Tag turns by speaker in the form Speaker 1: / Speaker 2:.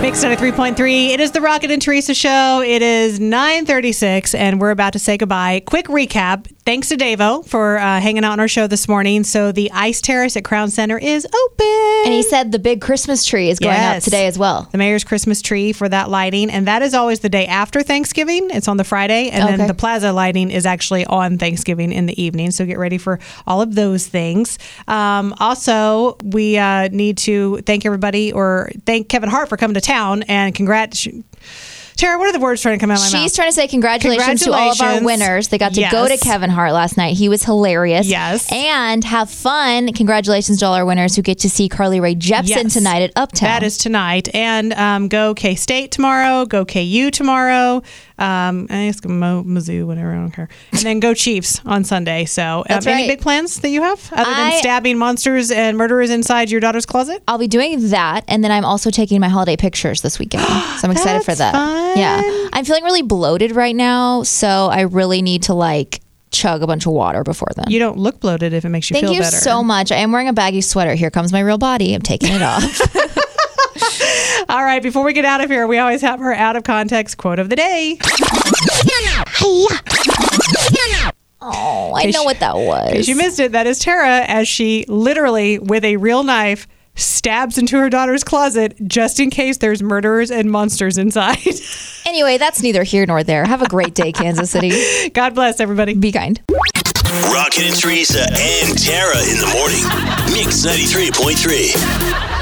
Speaker 1: Mix 93.3. It is the Rocket and Teresa show. It is 9:36 and we're about to say goodbye. Quick recap. Thanks to Davo for uh, hanging out on our show this morning. So the Ice Terrace at Crown Center is open.
Speaker 2: And he said the big Christmas tree is going
Speaker 1: Yes.
Speaker 2: up today as well.
Speaker 1: the mayor's Christmas tree for that lighting, and that is always the day after Thanksgiving. It's on the Friday, and then
Speaker 2: Okay.
Speaker 1: the plaza lighting is actually on Thanksgiving in the evening. So get ready for all of those things. Um, also, we uh, need to thank everybody or thank Kevin Hart for coming to town and congrats. Tara, what are the words trying to come out of my mouth?
Speaker 2: She's trying to say congratulations, to all of
Speaker 1: Congratulations.
Speaker 2: our winners. They got to go to
Speaker 1: Yes.
Speaker 2: Kevin Hart last night. He was hilarious.
Speaker 1: Yes.
Speaker 2: And have fun. Congratulations to all our winners who get to see Carly Rae Jepsen
Speaker 1: Yes.
Speaker 2: tonight at Uptown.
Speaker 1: That is tonight. And um, go K State tomorrow. Go KU tomorrow. Um, I ask Mo, Mizzou, whatever. I don't care. And then go Chiefs on Sunday. So, um,
Speaker 2: That's
Speaker 1: any
Speaker 2: right.
Speaker 1: big plans that you have other than
Speaker 2: I-
Speaker 1: stabbing monsters and murderers inside your daughter's closet?
Speaker 2: I'll be doing that, and then I'm also taking my holiday pictures this weekend. So I'm excited for
Speaker 1: That's
Speaker 2: that.
Speaker 1: fun.
Speaker 2: Yeah, I'm feeling really bloated right now, so I really need to like chug a bunch of water before then.
Speaker 1: You don't look bloated if it makes you
Speaker 2: Thank
Speaker 1: feel
Speaker 2: you
Speaker 1: better.
Speaker 2: so much. I am wearing a baggy sweater. Here comes my real body. I'm taking it off.
Speaker 1: All right, before we get out of here, we always have her out of context quote of the day.
Speaker 2: oh, I know what that
Speaker 1: If
Speaker 2: was.
Speaker 1: you missed it, that is Tara as she literally, with a real knife, stabs into her daughter's closet just in case there's murderers and monsters inside.
Speaker 2: anyway, that's neither here nor there. Have a great day, Kansas City.
Speaker 1: God bless everybody.
Speaker 2: Be kind.
Speaker 3: Rocket and Teresa and Tara in the morning. Mix 93.3.